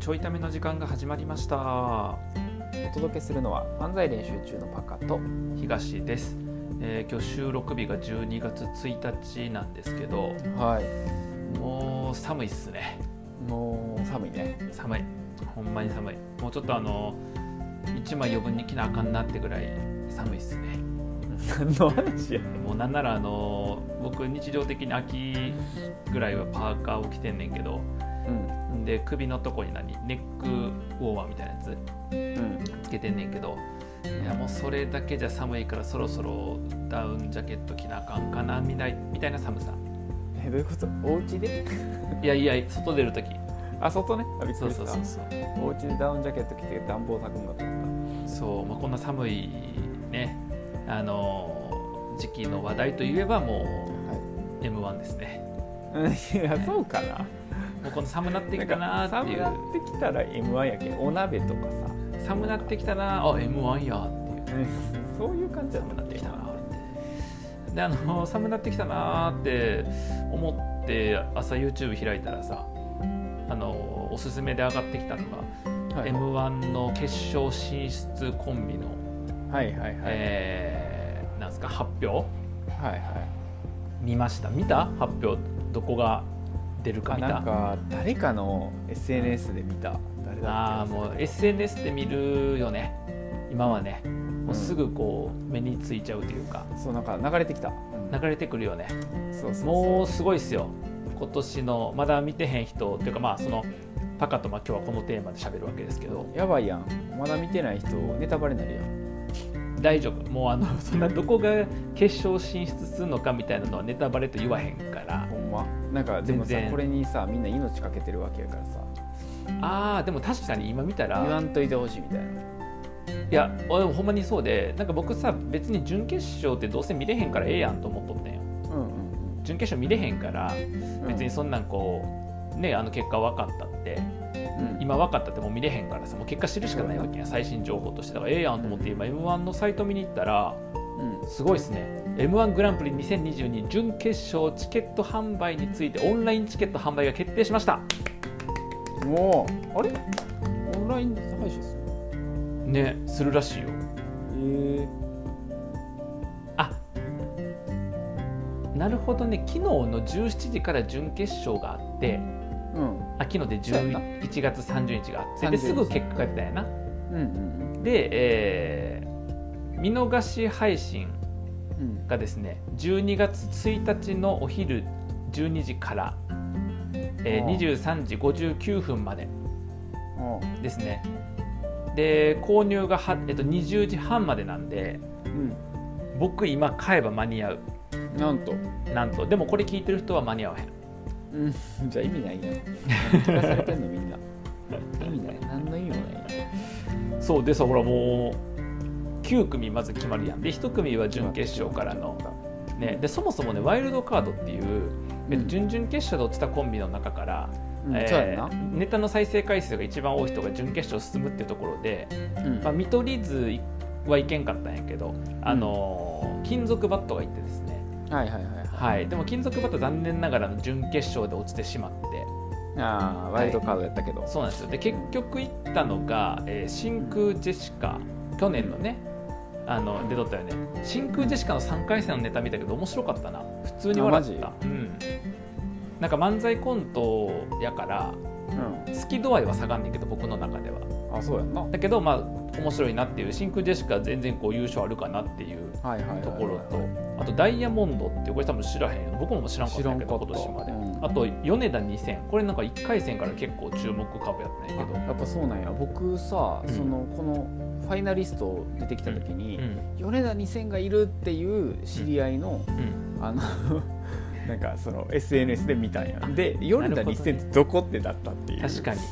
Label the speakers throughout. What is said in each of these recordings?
Speaker 1: ちょいための時間が始まりました
Speaker 2: お届けするのは漫才練習中のパカと
Speaker 1: 東です、えー今日収録日が12月1日なんですけど
Speaker 2: は
Speaker 1: もう寒いっすね
Speaker 2: いもう寒いね
Speaker 1: 寒いほんまに寒いもうちょっとあの1枚余分に着なあかんなってぐらい寒いっすね
Speaker 2: 何の話や
Speaker 1: もうなんならあの僕日常的に秋ぐらいはパーカーを着てんねんけど
Speaker 2: うん
Speaker 1: で首のとこに何ネックウォーマーみたいなやつ
Speaker 2: うん
Speaker 1: つけてんねんけどいやもうそれだけじゃ寒いからそろそろダウンジャケット着なあかんかなみたいみたいな寒さ
Speaker 2: えどういうことお 家で
Speaker 1: いやいや外出る時
Speaker 2: あ外ねあびっく
Speaker 1: そう
Speaker 2: りし
Speaker 1: そう
Speaker 2: た
Speaker 1: そうそう
Speaker 2: お家でダウンジャケット着て暖房炊くんだと思っ
Speaker 1: そう、まあ、こんな寒いねあのー時期の話題といえばも
Speaker 2: たは
Speaker 1: う m 1ですね
Speaker 2: いいやそうかな
Speaker 1: もうこの寒なってきたな
Speaker 2: なんか
Speaker 1: ーって
Speaker 2: 寒
Speaker 1: いう
Speaker 2: なってきたら m 1やけんお鍋とかさ
Speaker 1: 寒なってきたなーあ m 1やーっていう
Speaker 2: そういう感じだ
Speaker 1: 寒なってきたなーってであの ー寒なってきたなーって思って朝 YouTube 開いたらさあのーおすすめで上がってきたのが
Speaker 2: はい
Speaker 1: m 1の決勝進出コンビの、
Speaker 2: はいはいはい、
Speaker 1: えーなんすか発表
Speaker 2: はいはい
Speaker 1: 見ました見た発表どこが出るか
Speaker 2: あ
Speaker 1: 見た
Speaker 2: なんか誰かの SNS で見た誰だ
Speaker 1: あ
Speaker 2: っ
Speaker 1: ー
Speaker 2: け
Speaker 1: もう SNS で見るよね今はねもうすぐこう目についちゃうというか
Speaker 2: そうなんか流れてきた、うん
Speaker 1: 流れてくるよね
Speaker 2: そうそう
Speaker 1: もうすごいっすよ今年のまだ見てへん人っていうかまあそのパカとまあ今日はこのテーマで喋るわけですけど
Speaker 2: やばいやんまだ見てない人ネタバレになるやん
Speaker 1: 大丈夫もうあの そんなどこが決勝進出するのかみたいなのはネタバレと言わへんから
Speaker 2: ほんまなんかでもさ
Speaker 1: 全然
Speaker 2: これにさみんな命かけてるわけやからさ
Speaker 1: あーでも確かに今見たら
Speaker 2: 言わんといてほしいみたいない
Speaker 1: や俺もほんまにそうでなんか僕さ別に準決勝ってどうせ見れへんからええやんと思っとってんよ
Speaker 2: うんうん
Speaker 1: 準決勝見れへんから
Speaker 2: うん
Speaker 1: 別にそんなんこうねあの結果分かったって
Speaker 2: うん
Speaker 1: 今分かったってもう見れへんからさもう結果知るしかないわけや最新情報としてだからええやんと思って今 m 1のサイト見に行ったら
Speaker 2: うん
Speaker 1: すごいですね m 1グランプリ2022準決勝チケット販売についてオンラインチケット販売が決定しました
Speaker 2: もうあれオンライン配信する
Speaker 1: ねするらしいよ
Speaker 2: え
Speaker 1: あなるほどね昨日の17時から準決勝があって
Speaker 2: えうん
Speaker 1: あ昨日で11月30日があって
Speaker 2: 30
Speaker 1: で
Speaker 2: 日
Speaker 1: すぐ結果が出たんやな
Speaker 2: うん
Speaker 1: で、えー見逃し配信
Speaker 2: うんうん
Speaker 1: がですね12月1日のお昼12時から、えー
Speaker 2: ああ
Speaker 1: 23時59分まで
Speaker 2: ああ
Speaker 1: ですねで購入がは、えっと、20時半までなんで
Speaker 2: う
Speaker 1: 僕今買えば間に合うん
Speaker 2: なんと
Speaker 1: なんとでもこれ聞いてる人は間に合わへん
Speaker 2: うん じゃあ意味ないやん聞かされてんのみんな意味ない何の意味もないやん
Speaker 1: そうでさほらもう9組まず決まるやんで1組は準決勝からの、ね、でそもそもねワイルドカードっていう、えっと
Speaker 2: うん
Speaker 1: 準々決勝で落ちたコンビの中から、
Speaker 2: うん
Speaker 1: えー
Speaker 2: そうやんな
Speaker 1: ネタの再生回数が一番多い人が準決勝進むってところで、
Speaker 2: うん
Speaker 1: まあ、見取り図はいけんかったんやけど、あのー金属バットがいってですね、
Speaker 2: はいはいはい
Speaker 1: はい、でも金属バット残念ながらの準決勝で落ちてしまって
Speaker 2: ああワイルドカードやったけど、
Speaker 1: そうなんですよで結局行ったのが、えー真空ジェシカ去年のねあの出とったよね真空ジェシカの3回戦のネタ見たけど面白かったな普通に笑った
Speaker 2: あ
Speaker 1: うんなんか漫才コントやから
Speaker 2: う
Speaker 1: 好き度合いは下がんねんけど僕の中では
Speaker 2: ん、あそうやんな
Speaker 1: だけどまあ面白いなっていう真空ジェシカは全然こう優勝あるかなっていう
Speaker 2: はいはいはいはい
Speaker 1: ところとあとダイヤモンドっていうこれ多分知らへん僕も知らんかったんやけど
Speaker 2: 知
Speaker 1: 今
Speaker 2: らんかった
Speaker 1: 年まで、
Speaker 2: うん
Speaker 1: あと米田2000これなんか1回戦から結構注目株やったんやけど
Speaker 2: あやっぱそうなんや僕さ、
Speaker 1: うん
Speaker 2: そのこのファイナリスト出てきた時に、
Speaker 1: う
Speaker 2: 米田2000がいるっていう知り合いの、
Speaker 1: んうん、
Speaker 2: あの なんかその SNS で見たんや
Speaker 1: あ
Speaker 2: で米
Speaker 1: な
Speaker 2: 田
Speaker 1: るほ
Speaker 2: 2000
Speaker 1: ど
Speaker 2: っ
Speaker 1: ね
Speaker 2: てどこってだったっていう
Speaker 1: 確かに
Speaker 2: そう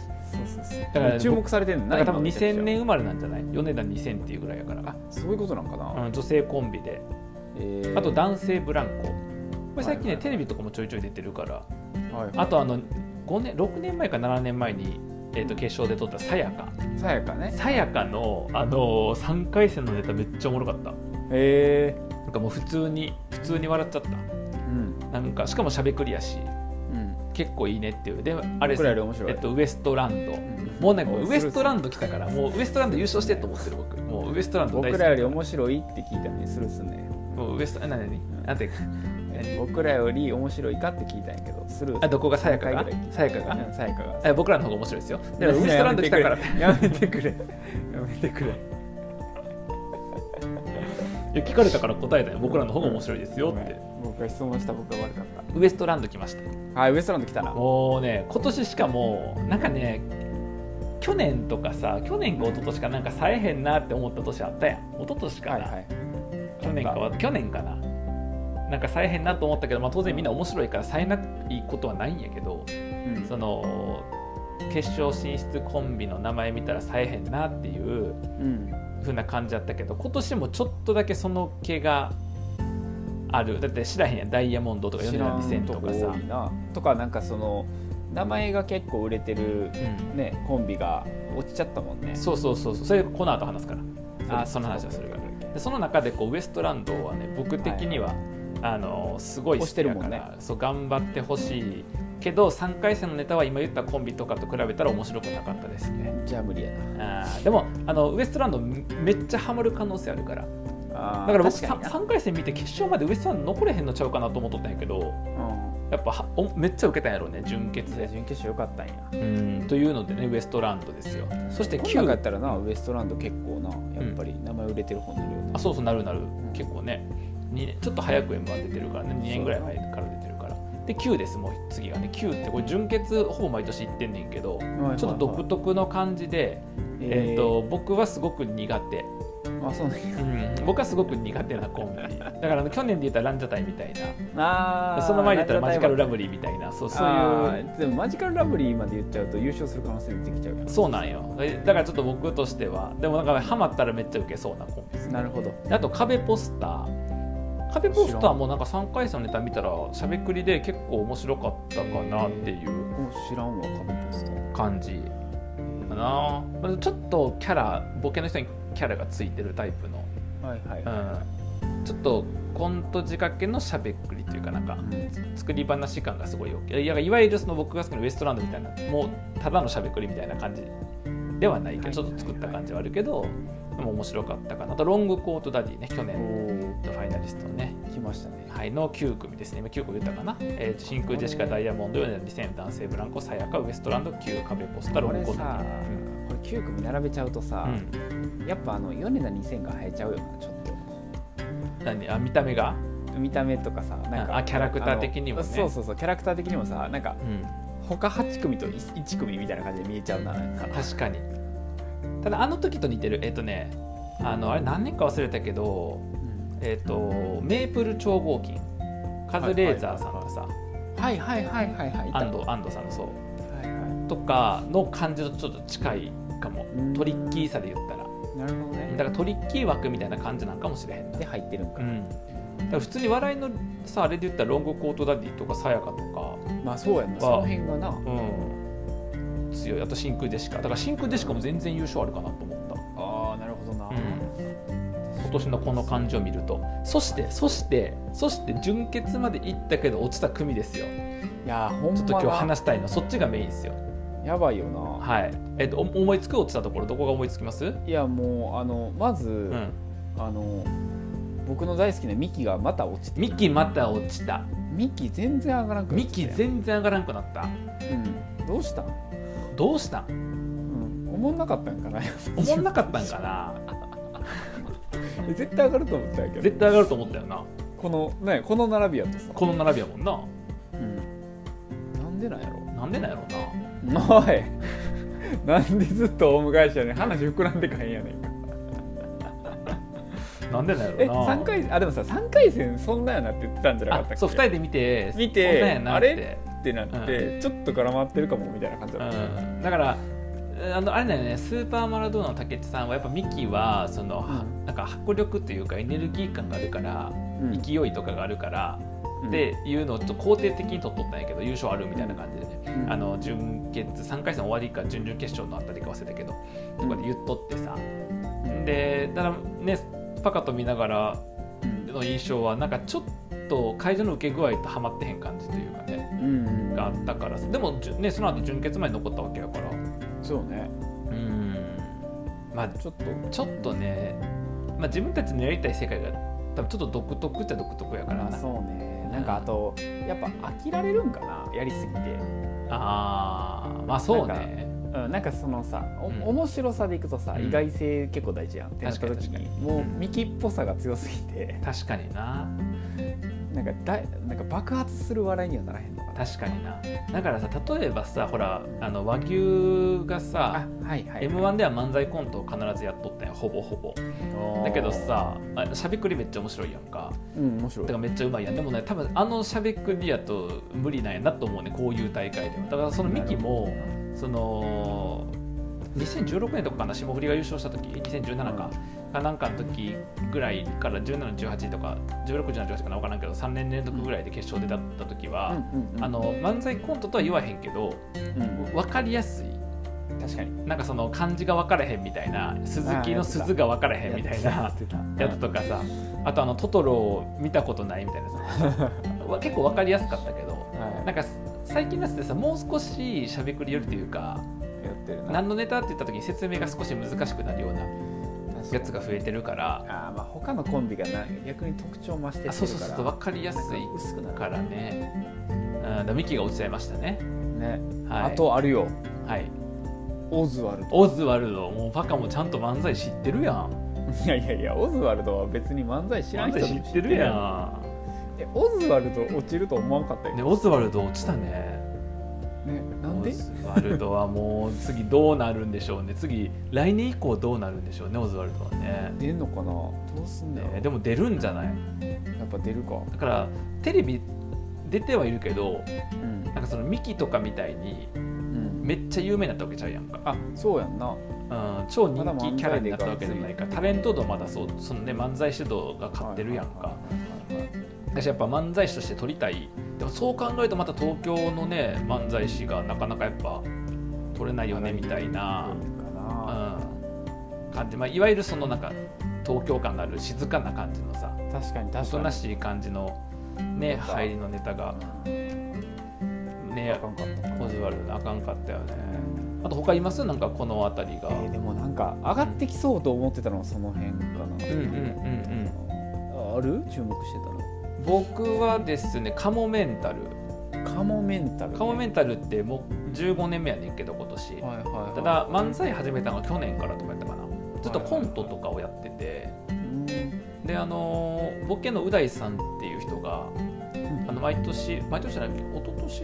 Speaker 2: そうそう
Speaker 1: だから
Speaker 2: 注目されてんの
Speaker 1: なんか多分
Speaker 2: 今めちゃくちゃ
Speaker 1: 2000年生まれなんじゃない米田2000っていうぐらいやから
Speaker 2: あそういうことなんかな、
Speaker 1: うん女性コンビで
Speaker 2: えー
Speaker 1: あと男性ブランコこれ最近
Speaker 2: は
Speaker 1: ね
Speaker 2: いはいはい
Speaker 1: テレビとかもちょいちょい出てるから
Speaker 2: はい
Speaker 1: あとあの5年6年前か7年前に、えー、と決勝で撮ったさやか
Speaker 2: さやかね
Speaker 1: さやかの、あのー、3回戦のネタめっちゃおもろかった
Speaker 2: え
Speaker 1: なんかもう普通に普通に笑っちゃった
Speaker 2: ー、うん
Speaker 1: なんかしかもしゃべくりやし
Speaker 2: うん
Speaker 1: 結構いいねっていうであれです
Speaker 2: これあ
Speaker 1: ね
Speaker 2: れ面白
Speaker 1: え
Speaker 2: い、
Speaker 1: っと、ウエストランド
Speaker 2: ん
Speaker 1: もうなんかウエストラ
Speaker 2: ン
Speaker 1: ンド来たからもうウエストランド優勝してと思ってる僕もうウエストランド大好
Speaker 2: 僕
Speaker 1: き
Speaker 2: らより面白いって聞いたのにするっすね
Speaker 1: もうウエストランド何なんて何
Speaker 2: 僕らより面白いかって聞いたんやけどスルー
Speaker 1: あどこがさやかが
Speaker 2: 三回ぐらい聞いた
Speaker 1: さやかが
Speaker 2: うんさやかが
Speaker 1: え僕らの方が面白いですよ でもウエストランド来たからい
Speaker 2: やめてくれ やめてくれやめてく
Speaker 1: や聞かれたから答えたよ僕らの方が面白いです
Speaker 2: れ
Speaker 1: よ
Speaker 2: ごめ
Speaker 1: っ
Speaker 2: ん
Speaker 1: て
Speaker 2: 僕が質問した僕が悪かっ
Speaker 1: ウエストランド来ました
Speaker 2: たはいウエストランド来たな
Speaker 1: もうね今年しかもなんかね去年とかさ去年か一昨年かなんかさえへんなって思った年あったやん一昨年かな、
Speaker 2: はいはい
Speaker 1: 去年かは去年かななんかさえへんなと思ったけど、まあ、当然みんな面白いからさえないことはないんやけど
Speaker 2: うん
Speaker 1: その決勝進出コンビの名前見たらさえへんなっていう
Speaker 2: うん
Speaker 1: 風な感じだったけど今年もちょっとだけその気があるだって知らへんやんダイヤモンドとか
Speaker 2: 知
Speaker 1: 米
Speaker 2: ら
Speaker 1: 田
Speaker 2: ん
Speaker 1: 2000
Speaker 2: と
Speaker 1: と
Speaker 2: こ
Speaker 1: かさ
Speaker 2: 多いなとかなんかその名前が結構売れてる
Speaker 1: うん
Speaker 2: ねコンビが落ちちゃったもんね
Speaker 1: そうそうそうそうそれこの後話すから
Speaker 2: あ
Speaker 1: その話はするから
Speaker 2: そうか
Speaker 1: でその中でこうウエストランドはね僕的には、あのすごい好きだ
Speaker 2: 推してるも
Speaker 1: か
Speaker 2: んね
Speaker 1: ら、そう頑張ってほしいけど3回戦のネタは今言ったコンビとかと比べたら面白くなかったですね
Speaker 2: じゃあ無理や
Speaker 1: あーでもあのウエストランドめめっちゃハマる可能性あるから
Speaker 2: な
Speaker 1: だから僕
Speaker 2: 確かに
Speaker 1: 3,
Speaker 2: な
Speaker 1: 回戦見て決勝までウエストランド残れへんのちゃうかなと思っとったんやけど
Speaker 2: うん
Speaker 1: やっぱはおめっちゃ受けたんやろうね準決
Speaker 2: じゃあ
Speaker 1: で
Speaker 2: 準決勝良かったんや
Speaker 1: うんというのでねウエストランドですよそして
Speaker 2: こんなんや
Speaker 1: 9
Speaker 2: ったらなウエストランド結構なやっぱり名前売れてる方になるよね
Speaker 1: あそうそうなるなる結構ね二年ちょっと早く m 1出てるからね2年ぐらい前から出てるからで9ですもう次がね9ってこれ純血ほぼ毎年行ってんねんけど
Speaker 2: はいはいはい
Speaker 1: ちょっと独特の感じで、え
Speaker 2: え
Speaker 1: っ
Speaker 2: っ
Speaker 1: と
Speaker 2: と
Speaker 1: 僕はすごく苦手、
Speaker 2: あそうなんや
Speaker 1: うん、僕はすごく苦手なコンビだからあの去年で言ったらランジャタイみたい
Speaker 2: あ
Speaker 1: な
Speaker 2: ー
Speaker 1: その前で言ったらマジカルラ
Speaker 2: ブ
Speaker 1: ブリーみたいなそう
Speaker 2: リー
Speaker 1: そういう
Speaker 2: でもマジカルラブリーまで言っちゃうと優勝する可能性出てきちゃうか
Speaker 1: そうなんよえだからちょっと僕としてはでもなんかハマったらめっちゃウケそうなコンビです
Speaker 2: らなるほど
Speaker 1: であと壁ポスター壁ポスターもなんか3回戦のネタ見たらしゃべくりで結構面白かったかなっていう
Speaker 2: もう知らんわ壁ポスター
Speaker 1: 感じかなまあちょっとキャラボケの人にキャラがついてるタイプの、
Speaker 2: はいはいは
Speaker 1: うん、ちょっとコント仕掛けのしゃべくりというかなんか
Speaker 2: い
Speaker 1: 作り話感がすごいよいやいわゆるその僕が好きなウエストランドみたいなもうただのしゃべくりみたいな感じではないけどちょっと作った感じはあるけどでも面白かったかなあとロングコートダディね去
Speaker 2: お
Speaker 1: 年
Speaker 2: ー
Speaker 1: のファイナリストのね
Speaker 2: 来ましたね。
Speaker 1: はい、の9組ですね、今9個言ったかな、えー真空ジェシカ、ダイヤモンド、ヨネダ2000、男性ブランコ、さやか、ウエストランド、9、壁ポスター、ロ
Speaker 2: こ
Speaker 1: ン
Speaker 2: れ
Speaker 1: コ
Speaker 2: さ、これ9組並べちゃうと
Speaker 1: う
Speaker 2: さ、
Speaker 1: ん、
Speaker 2: やっぱあの米田2000が生えちゃうよな、ちょっ
Speaker 1: 何あ見た目が、
Speaker 2: と。見た目とかさ、なんか
Speaker 1: あキャラクター的にもね
Speaker 2: あのそうそうそう、キャラクター的にもさ、なんか
Speaker 1: うん、
Speaker 2: 他8組と1組みたいな感じで見えちゃうな、なんか。
Speaker 1: 確かに。ただ、あの時と似てる、えっ、とね、あのあれ、何年か忘れたけど、えっ、と、メープル超合金、カズレーザーさんとさ、
Speaker 2: はいはいはいはいはい。いた
Speaker 1: 安藤安藤さんのそう、
Speaker 2: はいは
Speaker 1: とかの感じとちょっと近いかも
Speaker 2: うん、
Speaker 1: トリッキーさで言ったら、
Speaker 2: い。なるほど
Speaker 1: だ
Speaker 2: ね。
Speaker 1: からトリッキー枠みたいな感じなんかもしれへんな。
Speaker 2: で入ってるんか
Speaker 1: う。ん、だから普通に笑いのさあれで言ったらロングコートダディとかさやかとか、
Speaker 2: まあそうやんな、その辺がな。
Speaker 1: うん、強いあと真空ジェシカだから真空ジェシカも全然優勝あるかなと思った、
Speaker 2: ああ、なるほどな。
Speaker 1: 今年のこの感じを見るとそしてそしてそして準決まで行ったけど落ちた組ですよ
Speaker 2: いやー、ほん
Speaker 1: ちょっと今
Speaker 2: ま
Speaker 1: 日
Speaker 2: な
Speaker 1: 話したいのそっちがメインですよ
Speaker 2: やばいよな。
Speaker 1: はいえっとお思いつく落ちたところどこが思いつきます
Speaker 2: いや、もう、あの、まず
Speaker 1: う、ん、
Speaker 2: あの、僕の大好きなミキがまた落ちて
Speaker 1: ミキまた落ちた
Speaker 2: ミキ全然上がらんくなっ
Speaker 1: ミ
Speaker 2: ち
Speaker 1: キ
Speaker 2: ゃったよ
Speaker 1: 全然上がらんくなった
Speaker 2: うん、どうしたん、
Speaker 1: どうしたん
Speaker 2: うん、思んなかったんかな
Speaker 1: 思んなかったんかな
Speaker 2: 絶対上がると思ったんやけど
Speaker 1: 絶対上がると思ったよな
Speaker 2: このねこの並びやとさ、
Speaker 1: この並びやもんな
Speaker 2: うん、なんでなんやろ
Speaker 1: なんでなんやろうな
Speaker 2: おいなんでずっとオウム返しやねん話膨らんでかへんやねんか
Speaker 1: なんでなんやろう
Speaker 2: え
Speaker 1: な
Speaker 2: 三回あでもさ3回戦そんなやなって言ってたんじゃなかったっ
Speaker 1: あ
Speaker 2: け
Speaker 1: そう2人で見て
Speaker 2: 見
Speaker 1: そんなん
Speaker 2: て
Speaker 1: やな
Speaker 2: あ
Speaker 1: って
Speaker 2: れってなって、ちょっと絡まってるかもみたいな感じだった、
Speaker 1: うん、だからえーあのあれだよねスーパーマラドーナの武智さんはやっぱミキはその、は
Speaker 2: うん
Speaker 1: なんか迫力というかエネルギー感があるから
Speaker 2: うん
Speaker 1: 勢いとかがあるから、
Speaker 2: うん
Speaker 1: っていうのをちょっと肯定的に取っとったんやけど優勝あるみたいな感じでね、
Speaker 2: うん
Speaker 1: あの準決3回戦終わりか準々決勝のあたりか忘れたけどとかで言っとってさ、でただねパカと見ながら
Speaker 2: うん
Speaker 1: の印象はなんかちょっと会場の受け具合とはまってへん感じというかね
Speaker 2: うんうん
Speaker 1: があったからさでも、じゅね、その後準決まで残ったわけやから
Speaker 2: そうね
Speaker 1: うんまあ
Speaker 2: ちょっと
Speaker 1: ちょっとね、まあ、自分たちのやりたい世界が多分ちょっと独特っちゃ独特やからな
Speaker 2: そうねなんかあとやっぱ飽きられるんかなやりすぎて、
Speaker 1: あーまあそうね
Speaker 2: うん、なんかそのさ、お
Speaker 1: うん
Speaker 2: 面白さでいくとさ、
Speaker 1: うん
Speaker 2: 意外性結構大事やんってなった時
Speaker 1: 確かに
Speaker 2: に
Speaker 1: 確かに
Speaker 2: もう
Speaker 1: うん
Speaker 2: ミキっぽさが強すぎて
Speaker 1: 確かにな
Speaker 2: なんかだいなんか爆発する笑いにはならへんのかな
Speaker 1: 確かになだからさ例えばさほらあの和牛がさ
Speaker 2: あはいはい
Speaker 1: m 1では漫才コントを必ずやっとったんやほぼほぼだけど、さあしゃべくりめっちゃ面白いやんか
Speaker 2: うん、面白い
Speaker 1: だからめっちゃうまいやんでもね多分あのしゃべくりやと無理なんやなと思うねこういう大会ではだからそのミキもその2016年とかかな霜降りが優勝した時2017か、かなんかの時ぐらいから1718とか161718かな分からんけど3年連続ぐらいで決勝でだった時は、
Speaker 2: うんうんうん
Speaker 1: あの漫才コントとは言わへんけど
Speaker 2: うん
Speaker 1: 分かりやすい
Speaker 2: 確かに
Speaker 1: なんかその漢字が分からへんみたいな鈴木の鈴が分からへんみたいな
Speaker 2: やってた
Speaker 1: やつとかさあとあのトトロを見たことないみたいなさわ結構分かりやすかったけど
Speaker 2: うんはい
Speaker 1: なんか最近のやつってさもう少ししゃべくり寄りというか
Speaker 2: やってるな
Speaker 1: 何のネタって言った時に説明が少し難しくなるようなやつが増えてるから
Speaker 2: あーまあ他のコンビがな逆に特徴増してってるから
Speaker 1: あそうそうそう分かりやす
Speaker 2: なんか薄くないる
Speaker 1: からねうんだからミキが落ちちゃいましたね
Speaker 2: ね、
Speaker 1: はい
Speaker 2: あとあるよ
Speaker 1: はい
Speaker 2: オズワルド
Speaker 1: オズワルドもうパカもちゃんと漫才知ってるやん
Speaker 2: いやいやいやオズワルドは別に漫才知らん
Speaker 1: 漫
Speaker 2: 人
Speaker 1: 才
Speaker 2: で
Speaker 1: 知
Speaker 2: も
Speaker 1: ってるや
Speaker 2: ん
Speaker 1: ん
Speaker 2: えオズワルド落ちると思わんかったよ
Speaker 1: ね
Speaker 2: ね
Speaker 1: オズワルド落ちたね
Speaker 2: なんで
Speaker 1: オズワルドはもう次どうなるんでしょうね次来年以降どうなるんでしょうねオズワルドはね
Speaker 2: 出んのかなどうすんだよ、
Speaker 1: ねでも出るんじゃない
Speaker 2: やっぱ出るか
Speaker 1: だからテレビ出てはいるけど
Speaker 2: うん、
Speaker 1: なんかそのミキとかみたいに
Speaker 2: うん、
Speaker 1: めっちゃ有名になったわけちゃうやんか、
Speaker 2: あそうやんな
Speaker 1: うん、超人気キャラになったわけでもないからタレント度まだそうその、ね、漫才師度が勝ってるやんか
Speaker 2: はいはいはいはい
Speaker 1: 私やっぱ漫才師として撮りたいでもそう考えるとまた東京のね漫才師がなかなかやっぱ撮れないよねみたいな、
Speaker 2: 出るか
Speaker 1: うん
Speaker 2: な、
Speaker 1: 感じ、まあ、いわゆるそのなんか東京感のある静かな感じのさ
Speaker 2: 確かに
Speaker 1: お
Speaker 2: 確
Speaker 1: と
Speaker 2: かに
Speaker 1: なしい感じのね
Speaker 2: なんか
Speaker 1: 入りのネタが
Speaker 2: あ
Speaker 1: ね
Speaker 2: かんかった
Speaker 1: オズワルドあかんかったよねあと他いますなんかこの辺りが、
Speaker 2: えーでもなんか上がってきそうと思ってたのはその辺かな、
Speaker 1: うんうんうん
Speaker 2: ある注目して
Speaker 1: うん僕はですねカモメンタル
Speaker 2: たのカモメンタルね、
Speaker 1: カモメンタルってもう15年目やねんけど今年、
Speaker 2: はいはいはい
Speaker 1: ただ漫才始めたのが去年からとかやったかなずっとコントとかをやってて
Speaker 2: うん
Speaker 1: であのーボケのう大さんっていう人があの毎年毎年じゃない一昨年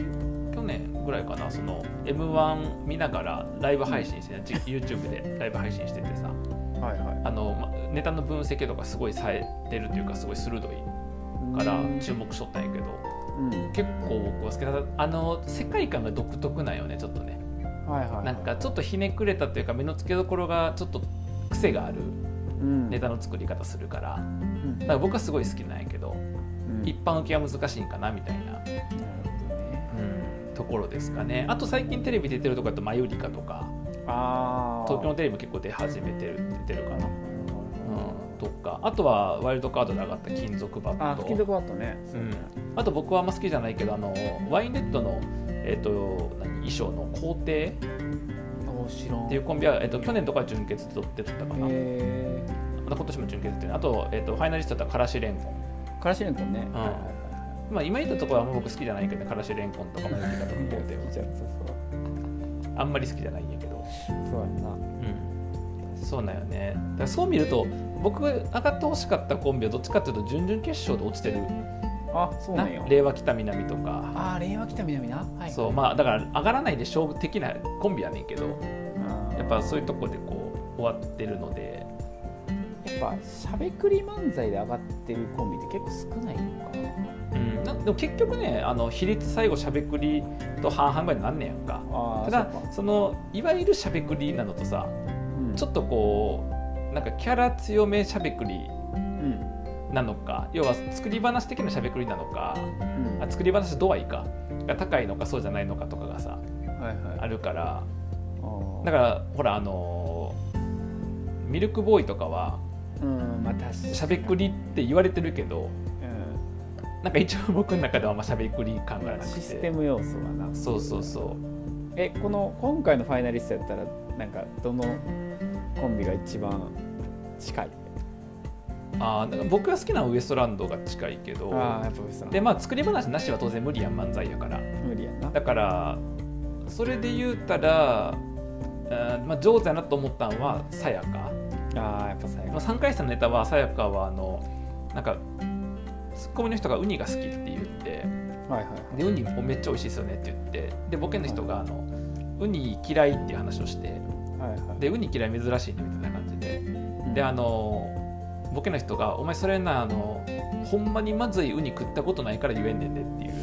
Speaker 1: 去年ぐらいかなその m 1見ながらライブ配信してねじ YouTube でライブ配信しててさ
Speaker 2: はいは
Speaker 1: あのまネタの分析とかすごいさえてるというかすごい鋭い
Speaker 2: い
Speaker 1: から
Speaker 2: うん
Speaker 1: 注目しとったんやけど結構僕は好きだあの世界観が独特なんよねちょっとね
Speaker 2: はいはいはい
Speaker 1: なんかちょっとひねくれたというか目の付けどころがちょっと癖がある
Speaker 2: うん
Speaker 1: ネタの作り方するから
Speaker 2: うん
Speaker 1: だから僕はすごい好きなんやけど
Speaker 2: うん
Speaker 1: 一般受けは難しいんかなみたいな、
Speaker 2: なるほどね
Speaker 1: ところですかねあと最近テレビ出てるとかだと「マユリカ」とか
Speaker 2: ああ
Speaker 1: 東京のテレビも結構出始めてる出てるかな、
Speaker 2: うん
Speaker 1: うん、とかあとはワイルドカードで上がった金属バ
Speaker 2: あ
Speaker 1: ッ
Speaker 2: スキンド
Speaker 1: ト
Speaker 2: クワットね
Speaker 1: うんあと僕はあんま好きじゃないけどあのワインレッドの、えっと何衣装の皇帝
Speaker 2: 面白
Speaker 1: っていうコンビは、えっと去年とかは準決で出とったかな、
Speaker 2: え
Speaker 1: また今年も準決ってあと,、えっとファイナリストだったらからしれんこん
Speaker 2: ーカラシレンコンねはいはい
Speaker 1: まあ今言ったところはあんま僕好きじゃないけどからしれんこんとかマユリカとか
Speaker 2: はい
Speaker 1: 皇帝
Speaker 2: 好
Speaker 1: は
Speaker 2: きじゃんそうそう
Speaker 1: あんまり好きじゃないんやけど
Speaker 2: そうやんな
Speaker 1: うん、そうなんよねだからそう見ると僕が上がってほしかったコンビはどっちかっていうと準々決勝で落ちてる
Speaker 2: あそう
Speaker 1: な
Speaker 2: なんや
Speaker 1: 令和北南とか
Speaker 2: あー令和来た南なはい
Speaker 1: そうまあだから上がらないで勝負的なコンビやねんけど
Speaker 2: あー
Speaker 1: やっぱそういうとこでこう終わってるので
Speaker 2: やっぱしゃべくり漫才で上がってるコンビって結構少ないのか
Speaker 1: うんなでも結局ねあの比率最後しゃべくりと半々ぐらいになんねんやんか
Speaker 2: あ
Speaker 1: ただそのいわゆるしゃべくりなのとさちょ
Speaker 2: っ
Speaker 1: っとこうなんかキャラ強めしゃべくり
Speaker 2: と、うん
Speaker 1: なのか要は作り話的なしゃべくりなのか
Speaker 2: うん
Speaker 1: あ作り話度合いかが高いのかそうじゃないのかとかがさ
Speaker 2: はいはい
Speaker 1: あるから
Speaker 2: あ
Speaker 1: だか
Speaker 2: だから
Speaker 1: ほらあのーミルクボーイとかは
Speaker 2: らうんまあ確かに
Speaker 1: しゃべくりって言われてるけど
Speaker 2: うん
Speaker 1: なんか一応僕の中ではあんましゃべくり感がなくて
Speaker 2: システム要素はな
Speaker 1: そうそうそう
Speaker 2: えこの今回のファイナリストやったらなんかどのコンビが一番近い
Speaker 1: あーなんか僕が好きなのはウエストランドが近いけど
Speaker 2: ああやっぱ嘘
Speaker 1: でまあ作り話なしは当然無理やん漫才やから
Speaker 2: 無理やな
Speaker 1: だからそれで言うたらあーまあ、上手やなと思ったのはさやか、
Speaker 2: ああやっぱ最
Speaker 1: まあ、
Speaker 2: 後
Speaker 1: 3回戦のネタはさやかはあのなんかツッコミの人がウニが好きって言って
Speaker 2: はいはいはい
Speaker 1: でウニもめっちゃ美味しいですよねって言ってでボケの人があのウニ嫌いっていう話をして
Speaker 2: はいはい
Speaker 1: でウニ嫌い珍しいねみたいな感じで
Speaker 2: うん
Speaker 1: であのボケの人が「お前それなあのほんまにまずいウニ食ったことないから言えんねんで」っていう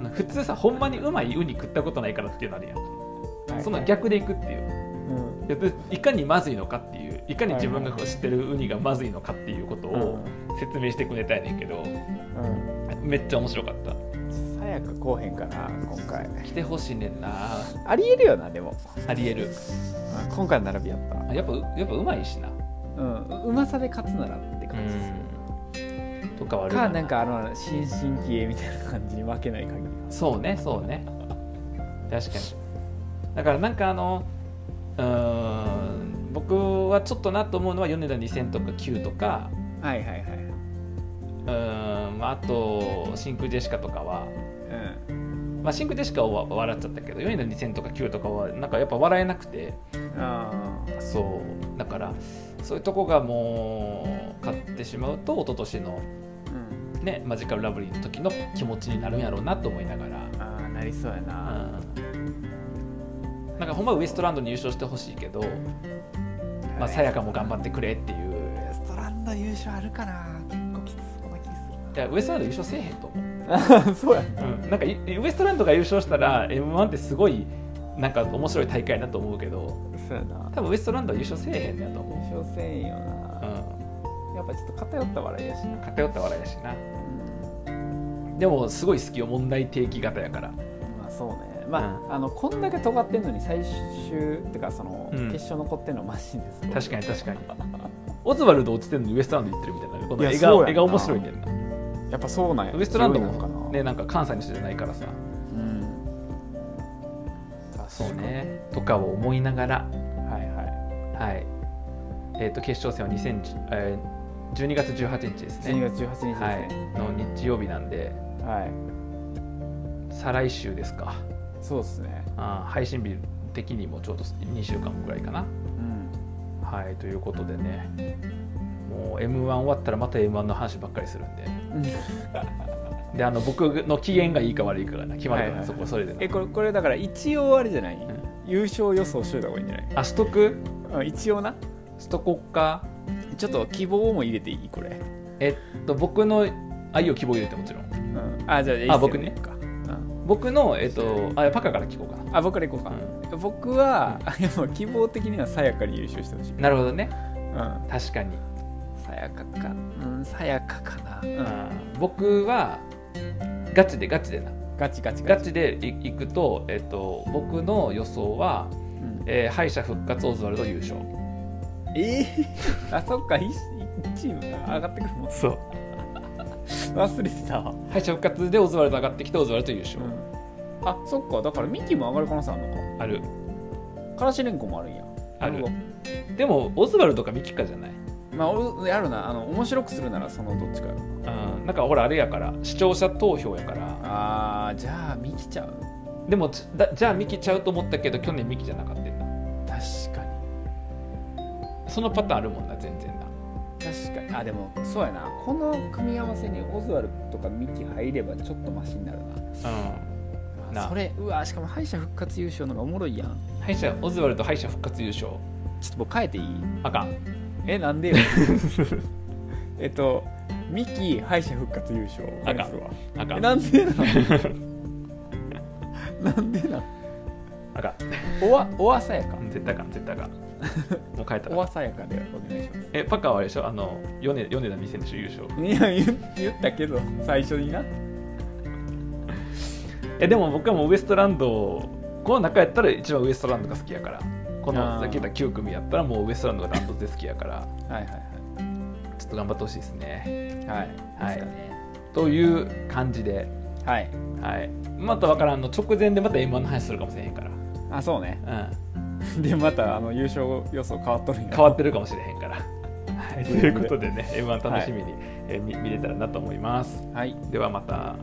Speaker 1: あの普通さほんまにうまいウニ食ったことないからっていうのあるやん
Speaker 2: はいはい
Speaker 1: その逆でいくっていう
Speaker 2: うん
Speaker 1: ででいかにまずいのかっていういかに自分がこう知ってるウニがまずいのかっていうこと
Speaker 2: うん
Speaker 1: を説明してくれたいねんけど
Speaker 2: う
Speaker 1: めっちゃ面白かった
Speaker 2: んさやかこうへんかな今回
Speaker 1: 来てほしいねんな
Speaker 2: ありえるよなでも
Speaker 1: ありえる
Speaker 2: うん今回の並びやった
Speaker 1: あやっぱやっぱうまいしな
Speaker 2: うんうまさで勝つならって感じする
Speaker 1: うんとかはある
Speaker 2: かなんかあの新進気鋭みたいな感じに負けない限り
Speaker 1: そうねそうね確かにだからなんかあのうーん僕はちょっとなと思うのは米田2000とか9とか
Speaker 2: はいはいはい
Speaker 1: うんまああと真空ジェシカとかは、
Speaker 2: う
Speaker 1: まあ、真空ジェシカは笑っちゃったけど米田2000とか9とかはなんかやっぱ笑えなくて
Speaker 2: んあ
Speaker 1: そうだからそういうとこがもう買ってしまうと一昨年の
Speaker 2: ーうん
Speaker 1: ねマジカルラブリーの時の気持ちになるんやろうなと思いながら。
Speaker 2: あーなりそうやな
Speaker 1: うんなんかほんまはウエストランドに優勝してほしいけど、まあ、さやかも頑張ってくれっていう
Speaker 2: ウエストランド優勝あるかな結構きつそうな気
Speaker 1: いやウエストランド優勝せえへんと思う、
Speaker 2: する そうや
Speaker 1: うん、なんかいウエストランドが優勝したら m 1ってすごいなんか面白い大会だと思うけど
Speaker 2: そうやな
Speaker 1: 多分ウエストランドは優勝せえへんやと思
Speaker 2: 優勝せんよ
Speaker 1: う、う
Speaker 2: な、
Speaker 1: ん、
Speaker 2: やっぱちょっと偏った笑いやしな、
Speaker 1: 偏った笑いやしなでもすごい好きよ問題提起型やから
Speaker 2: まあそうねまあ,、あのこんだけ尖ってんのに最終ってかその、
Speaker 1: うん
Speaker 2: 決勝残ってんのマシンです
Speaker 1: 確かに確かにオズワルド落ちてるのにウエストランド行ってるみたいなこの
Speaker 2: いや
Speaker 1: 絵
Speaker 2: そうやん
Speaker 1: が
Speaker 2: な
Speaker 1: 絵が面白いねんな
Speaker 2: にやっぱそうなんや
Speaker 1: ウエストランド
Speaker 2: 強いのかな
Speaker 1: もねなんか関西の人じゃないからさ
Speaker 2: うん
Speaker 1: そうねとかを思いながら
Speaker 2: はいは
Speaker 1: はい。えっ、と決勝戦は2010、えー、12月18日です
Speaker 2: い12
Speaker 1: ね。
Speaker 2: 月18日です
Speaker 1: はい
Speaker 2: ね。
Speaker 1: の日曜日なんで、
Speaker 2: はい、
Speaker 1: 再来週ですか。
Speaker 2: そうですね
Speaker 1: あー配信日的にもちょうど2週間ぐらいかな。
Speaker 2: うん
Speaker 1: はいということでね、もう M1 終わったらまた M1 の話ばっかりするんで。であの僕の機嫌がいいか悪いかがな決まるから、
Speaker 2: はい
Speaker 1: そ
Speaker 2: はい
Speaker 1: こはそれでな
Speaker 2: えこれこれだから一応あれじゃない、
Speaker 1: ん
Speaker 2: 優勝予想しといた方がいいんじゃない
Speaker 1: あしとく
Speaker 2: うん一応な
Speaker 1: しとこっか
Speaker 2: ちょっと希望も入れていいこれ、
Speaker 1: えっと僕の愛を希望入れてもちろん
Speaker 2: うん、あじゃあ
Speaker 1: あ僕ね
Speaker 2: 一斉に行こうか、うん
Speaker 1: 僕のえっとあパカから聞こうかな
Speaker 2: あ僕から行こうか、僕は、 あでも希望的にはさやかに優勝してほしい、うん、
Speaker 1: なるほどね確かに
Speaker 2: さやかかうんさやかかな、うん、
Speaker 1: 僕はガチでガチでな
Speaker 2: ガチガチガ
Speaker 1: ガ
Speaker 2: チ
Speaker 1: チでいいくと,、えっと僕の予想は、
Speaker 2: うん
Speaker 1: えー敗者復活オズワルド優勝
Speaker 2: えー あそっか一チームが上がってくるもん
Speaker 1: そう
Speaker 2: 忘れてたわ、
Speaker 1: 敗者復活でオズワルド上がってきてオズワルド優
Speaker 2: う
Speaker 1: 勝、
Speaker 2: ん、あそっかだからミキも上がる可能性あるのか
Speaker 1: ある
Speaker 2: からしれんこもあるんや
Speaker 1: ある
Speaker 2: なほ
Speaker 1: でもオズワルドかミキかじゃない、
Speaker 2: どまあ俺あるなあの面白くするならそのどっちかよ
Speaker 1: うん、なんかほらあれやから視聴者投票やから
Speaker 2: あーじゃあミキちゃう
Speaker 1: でもちだじゃあミキちゃうと思ったけど去年ミキじゃなかったんだ
Speaker 2: 確かに
Speaker 1: そのパターンあるもんな全然な
Speaker 2: 確かにあでもそうやなこの組み合わせにオズワルドとかミキ入ればちょっとマシになる
Speaker 1: うん
Speaker 2: な
Speaker 1: な
Speaker 2: それうわしかも敗者復活優勝のがおもろいやん
Speaker 1: 敗者オズワルド敗者復活優勝
Speaker 2: ちょっと僕変えていい
Speaker 1: あかん
Speaker 2: えなんで よえっとミキ敗者復活優勝
Speaker 1: あかん
Speaker 2: これするわ
Speaker 1: あか
Speaker 2: え
Speaker 1: ん
Speaker 2: なんでなんなん でなん
Speaker 1: あかん
Speaker 2: おわおわさやか
Speaker 1: 絶対かん絶対かんもう変えた
Speaker 2: お
Speaker 1: ら
Speaker 2: わさやかでお願いします
Speaker 1: えパカはあれでしょあの米米田2000でしょ優勝
Speaker 2: いや言言ったけど最初にな
Speaker 1: えでも僕はもうウエストランドこの中やったら一番ウエストランドが好きやからこ
Speaker 2: あー
Speaker 1: のさっき言った9組やったらもうウエストランドがダントツで好きやから
Speaker 2: はいはい
Speaker 1: ちょっと頑張ってほしいですね
Speaker 2: はい
Speaker 1: は
Speaker 2: はい、
Speaker 1: い
Speaker 2: ですかね
Speaker 1: という感じで、
Speaker 2: はい
Speaker 1: はい、また分からんの直前でまた m 1の話するかもしれへんか
Speaker 2: あそうね
Speaker 1: ら、うん、
Speaker 2: でまたあの優勝予想変わっとるんや
Speaker 1: 変わってるかもしれへんから。はい、ということでね m 1楽しみに、えーみ見れたらなと思います。
Speaker 2: はい
Speaker 1: ではまた。